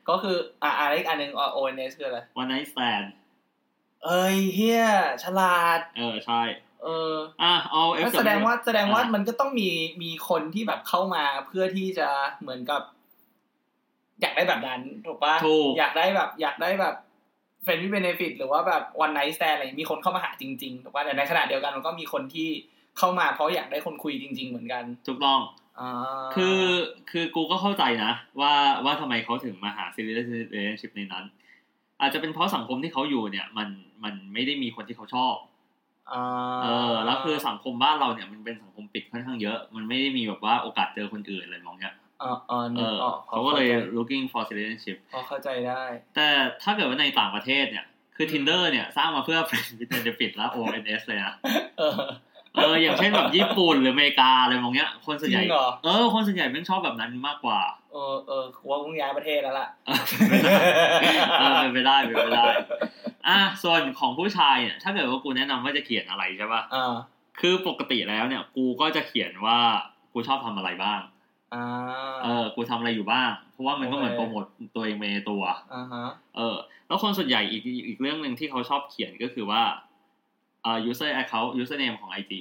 Speaker 1: ก็คืออ่าอะไรอีกอันหนึ่งโอเอนเอสคืออะไร
Speaker 2: one night stand
Speaker 1: เอ้ยเฮียฉลาด
Speaker 2: เออ ใช่
Speaker 1: เออ
Speaker 2: อ่ะ all
Speaker 1: นั่
Speaker 2: fwd
Speaker 1: นแสดงว่าแสดงว่า
Speaker 2: อ่ะ
Speaker 1: มันก็ต้องมีมีคนที่แบบเข้ามาเพื่อที่จะเหมือนกับ อยากได้แบบนั้นถูกปะ
Speaker 2: ถูก
Speaker 1: อยากได้แบบ อยากได้แบบเฟรนด์วิเบเนฟิตหรือว่าแบบวันไนท์แ a นอะไรอย่างงี้มีคนเข้ามาหาจริงๆถูกปะแต่ในขณะเดียวกันมันก็มีคนที่เข้ามาเพราะอยากได้คนคุยจริง ๆ เหมือนกัน
Speaker 2: ถูกต้อง
Speaker 1: อ่า
Speaker 2: คือคือกูก็เข้าใจนะ ว่าว่าทำไมเขาถึงมาหา serious relationship ในนั้น อาจจะเป็นเพราะสังคมที่เขาอยู่เนี่ย มันมันไม่ได้มีคนที่เขาชอบ
Speaker 1: อ่า
Speaker 2: เออแล้วคือสังคมบ้านเราเนี่ยมันเป็นสังคมปิดค่อนข้างเยอะ มันไม่ได้มีแบบว่าโอกาสเจอคนอื่นอะไรมองเนี้ย
Speaker 1: เออเออ
Speaker 2: เอ
Speaker 1: นึก
Speaker 2: อ
Speaker 1: ออก
Speaker 2: เขาก็เลย looking for relationship
Speaker 1: พอเข้าใจได้
Speaker 2: แต่ถ้าเกิดว่าในต่างประเทศเนี่ย คือ tinder เนี่ย สร้างมาเพื่อ *laughs* friend with benefit และ ons เลยนะ
Speaker 1: เออ
Speaker 2: เอออย่างเช่นแบบญี่ปุ่นหรืออเมริกาอะไรมองเนี้ย คน
Speaker 1: จ
Speaker 2: ส่วนใหญ่
Speaker 1: ริงเหรอ
Speaker 2: เออคนส่วนใหญ่แม่งชอบแบบนั้นมาก
Speaker 1: *laughs*
Speaker 2: กว่า
Speaker 1: เออเออกูว่ามึงย้ายประเทศแล้วล่ะ
Speaker 2: เออเป็นไปได้เป็นไปได้อ่ะส่วนของผู้ชายเนี่ยถ้าเกิดว่ากูแนะนำว่าจะเขียนอะไรใช่ป่ะ
Speaker 1: *laughs* อ่า
Speaker 2: คือปกติแล้วเนี่ย กูก็จะเขียนว่ากูชอบทำอะไรบ้าง
Speaker 1: อ่า
Speaker 2: เออกูทำอะไรอยู่บ้าง เพราะว่ามันก็เหมือน
Speaker 1: โอเค
Speaker 2: โปรโมทตัวเองไปในตัว
Speaker 1: อ่าฮะ
Speaker 2: เออ แล้วคนส่วนใหญ่อีกอีกเรื่องหนึ่งที่เขาชอบเขียนก็คือว่าเอ่อ user account username ของ IG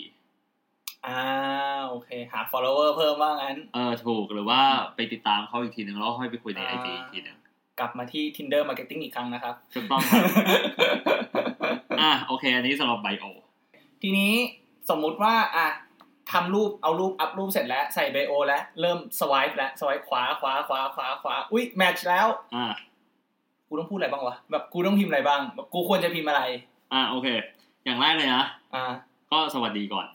Speaker 1: อ่า โอเค หา follower เพิ่มว่างั้น
Speaker 2: เออถูกหรือว่าไปติดตามเขาอีกทีหนึ่งแล้วค่อยไปคุยใน
Speaker 1: อ่า
Speaker 2: IG อีกทีหนึ่ง
Speaker 1: กลับมาที่ Tinder Marketing อีกครั้งนะครับ
Speaker 2: ถูกต้อง
Speaker 1: *laughs*
Speaker 2: ครับอ่ะโอเค อันนี้สำหรับไบโอ
Speaker 1: ทีนี้สมมุติว่า อ่ะทำรูป เอารูป อัพรูปเสร็จแล้ว ใส่ไบโอแล้ว เริ่ม swipe แล้ว swipe ขวา ขวา ขวา ขวา ขวา อุ๊ย แมทช์แล้ว
Speaker 2: อ่ะ
Speaker 1: กูต้องพูดอะไรบ้างวะ แบบกูต้องพิมพ์อะไรบ้างแบบกูควรจะพิมพ์อะไร
Speaker 2: อ่าโอเค อย่างแรกเลยนะ
Speaker 1: อ่า
Speaker 2: ก็สวัสดีก่อน *laughs*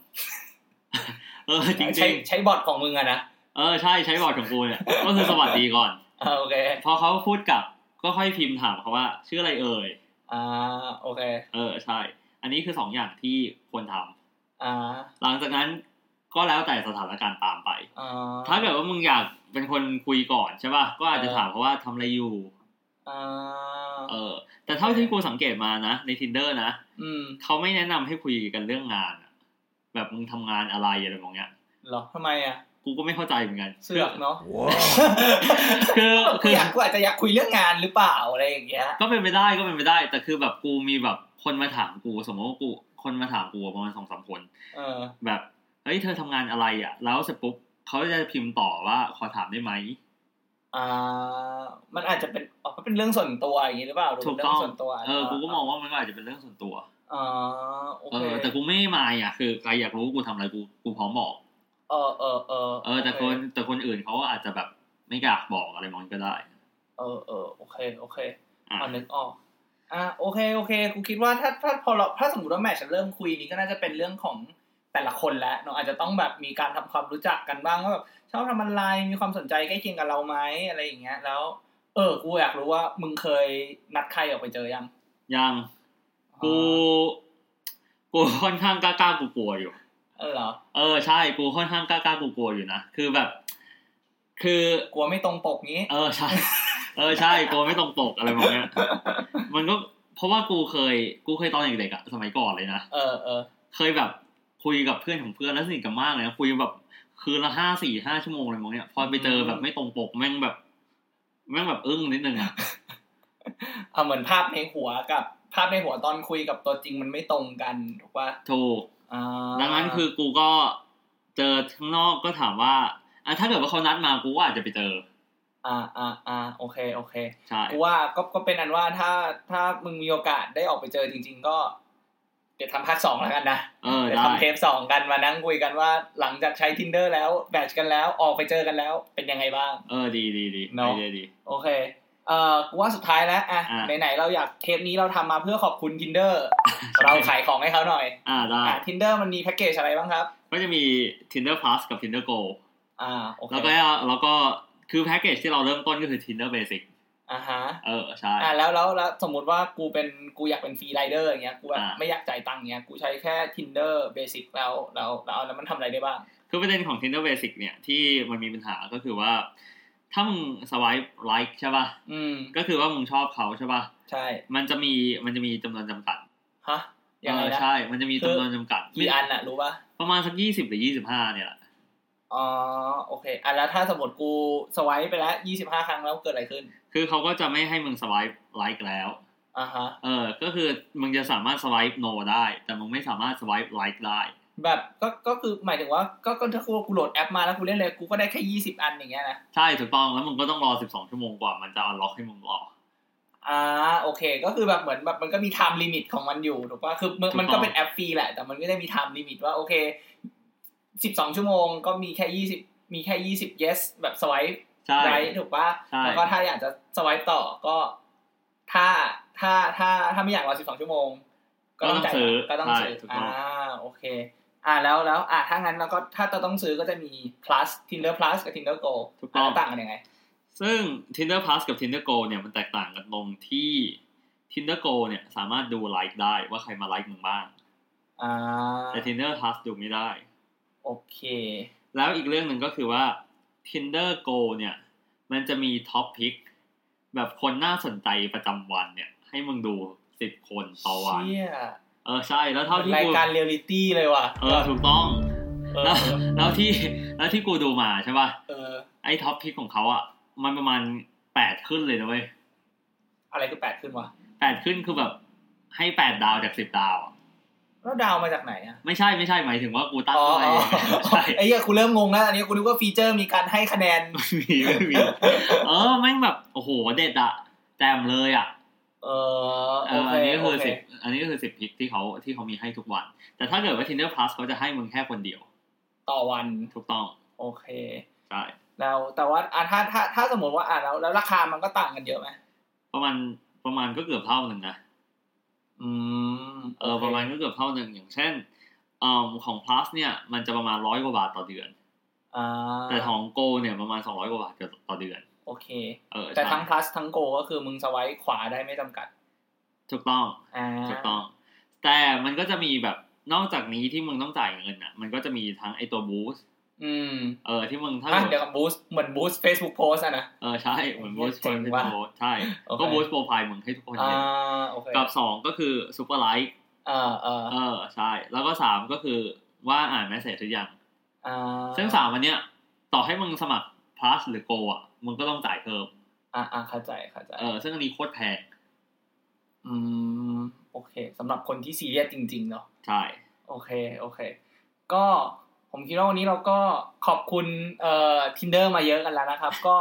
Speaker 2: เออจริงจ
Speaker 1: ใช้
Speaker 2: ริง
Speaker 1: ใช้บอทของมึงอะนะ
Speaker 2: เออใช่ใช้บอร์ดของกูเนี่ยก็คือสวัสดีก่อน
Speaker 1: อ่า โอเค
Speaker 2: พอเขาพูดกลับก็ค่อยพิมพ์ถามเขาว่า ชื่ออะไรเอ่ย
Speaker 1: อ่า โอเค
Speaker 2: เออใช่ อันนี้คือสองอย่างที่ควรทำ
Speaker 1: อ่า
Speaker 2: หลังจากนั้นก็แล้วแต่สถานการณ์ตามไป
Speaker 1: อ่า
Speaker 2: ถ้าเกิดว่ามึงอยากเป็นคนคุยก่อนใช่ป่ะก็อาจจะถามเขาว่าทำอะไรอยู่
Speaker 1: อ่า
Speaker 2: เออ แต่เท่าที่กูสังเกตมานะใน tinder นะ
Speaker 1: อืม
Speaker 2: เขาไม่แนะนำให้คุยกันเรื่องงานอะแบบมึงทำงานอะไรอะไรแบบเนี้ย
Speaker 1: เหรอทำไมอ่ะ
Speaker 2: กูก็ไม่เข้าใจเหมือนกัน
Speaker 1: เสือกเนาะ
Speaker 2: คือ
Speaker 1: คื *laughs*
Speaker 2: คือ อ
Speaker 1: อยากกูอาจจะอยากคุยเรื่องงานหรือเปล่าอะไรอย่างเงี้ย
Speaker 2: ก็เป็นไปได้ก็เป็นไปได้ แต่คือแบบกูมีแบบคนมาถามกู สมมติว่ากูคนมาถามกูประมาณสองสามคน
Speaker 1: เออ
Speaker 2: แบบเฮ้ยเธอทำงานอะไรอ่ะ แล้วเสร็จปุ๊บเขาจะพิมพ์ต่อว่าขอถามได้ไหม
Speaker 1: อ่ามันอาจจะเป็นอ๋อมันเป็นเรื่องส่วนตัวอย่างนี้หรือเปล่าหรื
Speaker 2: ถู
Speaker 1: เป็น
Speaker 2: ก
Speaker 1: เรื่
Speaker 2: ต้อง
Speaker 1: ส่วนตัว
Speaker 2: เออกูก็มองว่ามันอาจจะเป็นเรื่องส่วนตัว
Speaker 1: อ๋อโอ
Speaker 2: เอ
Speaker 1: เค
Speaker 2: อ แต่กูไม่มายอ่ะคือใครอยากรู้กูทำอะไรกูกูพร้อมบอก
Speaker 1: เออเออเออ
Speaker 2: เออ แต่
Speaker 1: โ
Speaker 2: คนแต่คนอื่นเขาอาจจะแบบไม่อยากบอกอะไรมันก็ได้
Speaker 1: เออเออโอเคโอเค
Speaker 2: อ่ะ
Speaker 1: อ่านึกออกอ่ะโอเคโอเคกูคิดว่าถ้าถ้าพอเราถ้าสมมติว่าแมทจะเริ่มคุยนี้ก็น่าจะเป็นเรื่องของแต่ละคนแล้วเนาะอาจจะต้องแบบมีการทำความรู้จักกันบ้างว่าแบบชอบทำอะไรมีความสนใจใกล้เคียงกับเราไหมอะไรอย่างเงี้ย แล้ว เออกูอยากรู้ว่ามึงเคยนัดใครออกไปเจอยัง
Speaker 2: ยังกูกูค่อนข้างกล้ากล้ากูกลัวๆอยู่
Speaker 1: เออเหรอ
Speaker 2: เออใช่กูค่อนข้างกล้ากล้ากูกลัวๆอยู่นะคือแบบ คือ
Speaker 1: กลัวไม่ตรงปกงี้
Speaker 2: เออใช่ เออใช่กลัวไม่ตรงปกอะไรแบบเนี้ยมันก็เพราะว่ากูเคย กูเคยตอนเด็กๆอะสมัยก่อนเลยนะ
Speaker 1: เออเออ
Speaker 2: เคยแบบคุยกับเพื่อนของเพื่อนแล้วสนิทกันมากเลยนะคุยแบบคืนละห้าสี่ห้าชั่วโมงอะไรมองเนี้ยพอไปเจอแบบไม่ตรงปกแม่งแบบ แม่งแบบอึ้งนิดนึงอ่ะ
Speaker 1: เอาเหมือนภาพในหัวกับภาพในหัวตอนคุยกับตัวจริงมันไม่ตรงกันถูกปะ
Speaker 2: ถูก
Speaker 1: อ่า
Speaker 2: ดังนั้นคือกูก็เจอข้างนอกก็ถามว่าอ่ะถ้าเกิดว่าเขานัดมากูก็อาจจะไปเจอ
Speaker 1: อ่าอ่าอ่าโอเคโอเค
Speaker 2: ใช่
Speaker 1: กูว่าก็ก็เป็นอันว่าถ้าถ้ามึงมีโอกาสได้ออกไปเจอจริง ๆ ก็ เดี๋ยวทำพาร์ทสองแล้วกันนะ
Speaker 2: เออ
Speaker 1: เดี๋ยว
Speaker 2: ได้
Speaker 1: ทำเทปสองกันมานั่งคุยกันว่าหลังจากใช้ tinder แล้วแบทชกันแล้วออกไปเจอกันแล้ว เป็นยังไงบ้าง
Speaker 2: เออดีดีดี
Speaker 1: เนอะ
Speaker 2: ไอเดียดี
Speaker 1: โอเคเอ่อกูว่าสุดท้ายแล้วอ่ะ
Speaker 2: อ่ะ
Speaker 1: ไหนๆเราอยากเทปนี้เราทำมาเพื่อขอบคุณ tinder เราขายของให้เขาหน่อย
Speaker 2: อ่าได้
Speaker 1: อ่ะ tinder มันมีแพ็กเกจอะไรบ้างครับ
Speaker 2: ก็จะมี Tinder Plus กับ Tinder Go
Speaker 1: อ่าโอเค
Speaker 2: แล้วก็แล้วก็คือแพ็กเกจที่เราเริ่มต้นก็คือ Tinder Basic
Speaker 1: อ่าฮะ
Speaker 2: เออใช่
Speaker 1: อ่าแล้วแล้วแล้วสมมติว่ากูเป็นกูอยากเป็นฟรีไรเดอร์อย่างเงี้ยกูแบบ
Speaker 2: อ่า
Speaker 1: ไม่อยากจ่ายตังค์เงี้ยกูใช้แค่ tinder basic แล้วแล้วแล้วแล้วมันทำอะไรได้บ้าง
Speaker 2: คือประเด็นของ Tinder Basic เนี่ยที่มันมีปัญหาก็คือว่า ถ้ามึงสวายไลค์ใช่ป่ะ
Speaker 1: อืม
Speaker 2: ก็คือว่ามึงชอบเขาใช่ป่ะ
Speaker 1: ใช่
Speaker 2: มันจะมีมันจะมีจำนวนจำกัด
Speaker 1: ฮะยังไง
Speaker 2: เออ
Speaker 1: นะ
Speaker 2: ใช่ มันจะมี
Speaker 1: คือ
Speaker 2: จำนวนจำกัด
Speaker 1: กี่อันอะรู้ปะ
Speaker 2: ประมาณสักยี่สิบหรือยี่สิบห้าเนี่ยแหละ
Speaker 1: อ๋อโอเคอ่ะแล้วถ้าสมมติกูสวายไปแล้วยี่สิบห้าครั้งแล้วเกิดอะไรขึ้น
Speaker 2: คือเขาก็จะไม่ให้มึงสวายไลค์แล้ว
Speaker 1: อ่าฮะ
Speaker 2: เออ ก็คือมึงจะสามารถสวายโนได้ แต่มึงไม่สามารถสวายไลค์ได้
Speaker 1: แบบก็ก็คือหมายถึงว่าก็ก็ถ้ากูกูโหลดแอปมาแล้วกูเล่นเลยกูก็ได้แค่ยี่สิบอันอย่างเงี้ยนะ
Speaker 2: ใช่ถูกต้องแล้วมึงก็ต้องรอสิบสองชั่วโมงกว่ามันจะอันล็อกให้มึงรอ
Speaker 1: อ่าโอเค ก็คือแบบเหมือนแบบมันก็มี time limit ของมันอยู่ถูกปะคือมัน
Speaker 2: ถูกต้อง
Speaker 1: มันก็เป็นแอปฟรีแหละ แต่มันไม่ได้มี time limit ว่าโอเคสิบสองชั่วโมงก็มีแค่ยี่สิบมีแค่ยี่สิบ yes แบบสวาย
Speaker 2: ใช่
Speaker 1: ไรถูกปะ
Speaker 2: ใช่
Speaker 1: แล้วก็ถ้าอยากจะสวายต่อก็ ถ้าถ้าถ้าถ้าไม่อยากรอสิบสองชั่วโมง ก็ต้องจ่าย
Speaker 2: ซื้อ
Speaker 1: ก็ต้อง
Speaker 2: ใช่
Speaker 1: ซื้อ
Speaker 2: ถูกต้
Speaker 1: อ่า
Speaker 2: อง
Speaker 1: โอเค อ่าแล้วแล้วอ่าถ้างั้นเราก็ถ้าเราต้องซื้อก็จะมี plus tinder plus กับ tinder go
Speaker 2: ถูกต้อ
Speaker 1: น
Speaker 2: ง
Speaker 1: นั้นต่างกันยังไง
Speaker 2: ซึ่ง Tinder Plus กับ Tinder Go เนี่ยมันแตกต่างกันตรงที่ Tinder Go เนี่ยสามารถดูไลค์ได้ว่าใครมาไลค์มึงบ้าง
Speaker 1: อ่า
Speaker 2: แต่ Tinder Plus ดูไม่ได้
Speaker 1: โอเค
Speaker 2: แล้วอีกเรื่องหนึ่งก็คือว่า Tinder Go เนี่ยมันจะมีท็อปพิกแบบคนน่าสนใจประจำวันเนี่ย ให้มึงดูสิบคนต่อวัน
Speaker 1: เชี่ย
Speaker 2: เออใช่แล้วเท่าที่
Speaker 1: ราย
Speaker 2: กู
Speaker 1: การเรียลลิตี้เลยว่ะ
Speaker 2: เออถูกต้อง
Speaker 1: เออ
Speaker 2: แล้วแล้วที่แล้วที่กูดูมาใช่ป่ะ
Speaker 1: เออ
Speaker 2: ไอ้ท็อปพิกของเขาอ่ะมันประมาณแปดขึ้นเลยนะเว้ย
Speaker 1: อะไรคือแปดขึ้นวะ
Speaker 2: แปดขึ้นคือแบบให้แปดดาวจากสิบดาวอะ
Speaker 1: แล้วดาวมาจากไหนอ่ะ
Speaker 2: ไม่ใช่ไม่ใช่หมายถึงว่ากูตั้ง
Speaker 1: อ๋อ
Speaker 2: เท่าไหร่
Speaker 1: อ๋อ
Speaker 2: เองใช่ *laughs*
Speaker 1: ไอ้เหี้ยกูเริ่มงงแล้วอันนี้กูนึกว่าฟีเจอร์มีการให้คะแนน
Speaker 2: ไม่มีไม่มีเออแม่งแบบ โอ้โหเด็ดอะแจมเลยอะ
Speaker 1: เออ
Speaker 2: เอ
Speaker 1: โอ
Speaker 2: อ
Speaker 1: เค
Speaker 2: อันนี้ก็คือ
Speaker 1: โเ
Speaker 2: สิบอันนี้ก็คือสิบพิกที่เขาที่เขามีให้ทุกวัน แต่ถ้าเกิดว่า Tinder Plus เขาจะให้มึงแค่คนเดียว
Speaker 1: ต่อวัน
Speaker 2: ถูกต้อง
Speaker 1: โอเค
Speaker 2: ใช่
Speaker 1: แล้วแต่ว่าอ่ะถ้าถ้าถ้าสมมติว่าอ่ะแล้วแล้วราคามันก็ต่างกันเยอะไหม
Speaker 2: ประมาณประมาณก็เกือบเท่าหนึ่งนะ
Speaker 1: อืม
Speaker 2: เออประมาณก็เกือบเท่าหนึ่งอย่างเช่นเอ่อของ plus เนี่ยมันจะประมาณร้อยกว่าบาทต่อเดือน
Speaker 1: อ่า
Speaker 2: แต่ของ go เนี่ยประมาณสองร้อยกว่าบาทต่อเดือน
Speaker 1: โอเค
Speaker 2: เออ
Speaker 1: แต่
Speaker 2: ใช่
Speaker 1: ทั้ง plus ทั้ง go ก็คือมึงสไวายขวาได้ไม่จำกัด
Speaker 2: ถูกต้อง
Speaker 1: อ่า
Speaker 2: ถูกต้อง แต่มันก็จะมีแบบนอกจากนี้ที่มึงต้องจ่ายเงินอ่ะ มันก็จะมีทั้งไอตัวบูส
Speaker 1: อืม
Speaker 2: เออที่มึงถ้า
Speaker 1: อ่ะ
Speaker 2: เกิด
Speaker 1: เดี๋ยวกับ boost เหมือน boost Facebook post อ่ะนะ
Speaker 2: เออใช่ เหมือนบูส
Speaker 1: เจ๋งว่ะ
Speaker 2: โพสใช่
Speaker 1: โอเค
Speaker 2: ก็บูสโปรไฟล์มึงให้ทุกคน
Speaker 1: อ่า
Speaker 2: เห็น
Speaker 1: โอเค
Speaker 2: กับสองก็คือซูเปอร์ไลท์
Speaker 1: อ่าอ่า
Speaker 2: เออใช่ แล้วก็สามก็คือว่าอ่านแมสเซจหรือยัง
Speaker 1: อ่า
Speaker 2: ซึ่งสามอันเนี้ยต่อให้มึงสมัคร plus หรือ go อ่ะมึงก็ต้องจ่ายเพิ่ม
Speaker 1: อ่าอ่าเข้าใจเข้าใจ
Speaker 2: เออซึ่งอันนี้โคตรแพง
Speaker 1: อืมโอเคสำหรับคนที่ซีเรียสจริง ๆ เนาะ
Speaker 2: ใช่
Speaker 1: โอเค โอเค ก็ผมคิดว่าวันนี้เราก็ขอบคุณเอ่อ *laughs* tinder มาเยอะกันแล้วนะครับ ก็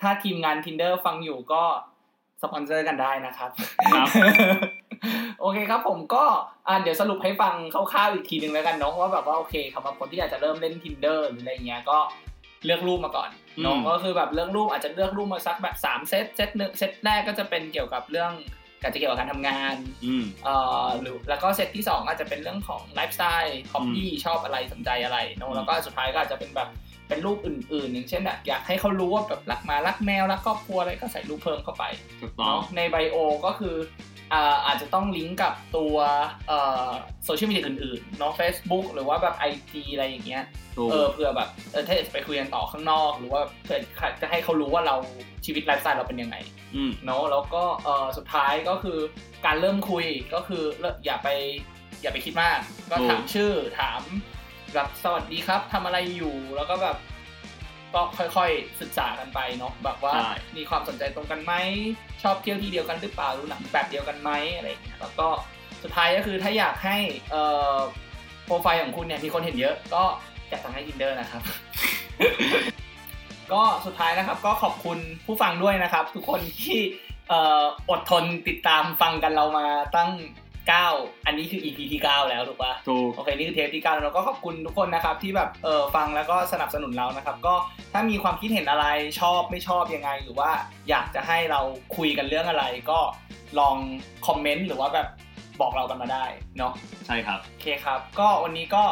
Speaker 1: ถ้าทีมงาน tinder ฟังอยู่ก็สปอนเซอร์กันได้นะครับ
Speaker 2: ครับ
Speaker 1: *laughs* โอเคครับผมก็อ่าเดี๋ยวสรุปให้ฟังคร่าวๆอีกทีหนึ่งแล้วกันเน้องว่าแบบว่าโอเคสำหรับคนที่อยากจะเริ่มเล่น tinder หรืออะไรเงี้ยก็เลือกรูปมาก่อนเน้อง
Speaker 2: อืม
Speaker 1: ก็คือแบบเลือกรูปอาจจะเลือกรูปมาสักแบบสามเซตเซตหนึ่งเซตแรกก็จะเป็นเกี่ยวกับเรื่องการจะเกี่ยวกับการทำงาน
Speaker 2: อืม
Speaker 1: เอ่อหรือแล้วก็เซตที่สองอาจจะเป็นเรื่องของไลฟ์สไตล์ฮอบบี้ชอบอะไรสนใจอะไรเน
Speaker 2: อื
Speaker 1: อะ
Speaker 2: ม
Speaker 1: แล้วก็สุดท้ายก็อาจจะเป็นแบบเป็นรูปอื่นๆ อย่างเช่นแบบอยากให้เขารู้ว่าแบบรักหมารักแมวรักครอบครัวอะไรก็ใส่รูปเพิ่มเข้าไป
Speaker 2: ถูกต้อง
Speaker 1: เนาะในไบโอก็คืออ่าอาจจะต้องลิงก์กับตัวโซเชียลมีเดียอื่นๆเนาะ Facebook หรือว่าแบบ IG อะไรอย่างเงี้ย
Speaker 2: ถูก
Speaker 1: เออเพื่อแบบเออถ้าจะไปคุยกันต่อข้างนอก หรือว่าเพื่อจะให้เขารู้ว่าเราชีวิตไลฟ์สไตล์เราเป็นยังไง
Speaker 2: อืม
Speaker 1: เนาะแล้วก็เอ่อสุดท้ายก็คือการเริ่มคุยก็คือเลิกอย่าไปอย่าไปคิดมาก ก็
Speaker 2: ถูก
Speaker 1: ถามชื่อถามแบบสวัสดีครับทำอะไรอยู่แล้วก็แบบก็ค่อยๆศึกษากันไปเนาะแบบว่า
Speaker 2: ใช่
Speaker 1: มีความสนใจตรงกันไหมชอบเที่ยวที่เดียวกันหรือเปล่ารู้หนังแบบเดียวกันไหมอะไรอย่างเงี้ยแล้วก็สุดท้ายก็คือถ้าอยากให้เอ่อโปรไฟล์ของคุณเนี่ยมีคนเห็นเยอะก็จัดทางให้ทินเดอร์นะครับ *laughs* ก็สุดท้ายนะครับก็ขอบคุณผู้ฟังด้วยนะครับ ทุกคนที่เอ่ออดทนติดตามฟังกันเรามาตั้ง 9 อันนี้คือ EP ที่ 9 แล้วถูกปะ
Speaker 2: ถูก
Speaker 1: โอเค นี่คือเทปที่เก้าแล้วเราก็ขอบคุณทุกคนนะครับ ที่แบบเออฟังแล้วก็สนับสนุนเรานะครับ ก็ถ้ามีความคิดเห็นอะไรชอบไม่ชอบยังไง หรือว่าอยากจะให้เราคุยกันเรื่องอะไร ก็ลองคอมเมนต์หรือว่าแบบบอกเรากันมาได้เนาะ
Speaker 2: ใช่ครับ
Speaker 1: โอเคครับ ก็วันนี้ก็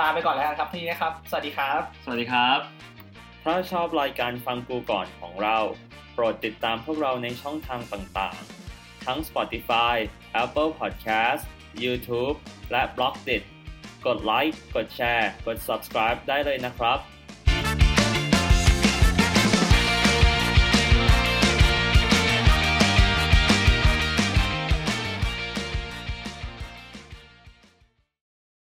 Speaker 1: ลาไปก่อนแล้วกันครับที่นี้นะครับ สวัสดีครับ
Speaker 2: สวัสดีครับ ถ้าชอบรายการฟังกูก่อนของเรา โปรดติดตามพวกเราในช่องทางต่างๆ ทั้ง Spotify, Apple Podcast, YouTube และ b l o g d i t กดไลค์ กดแชร์ กด subscribe ได้เลยนะครับ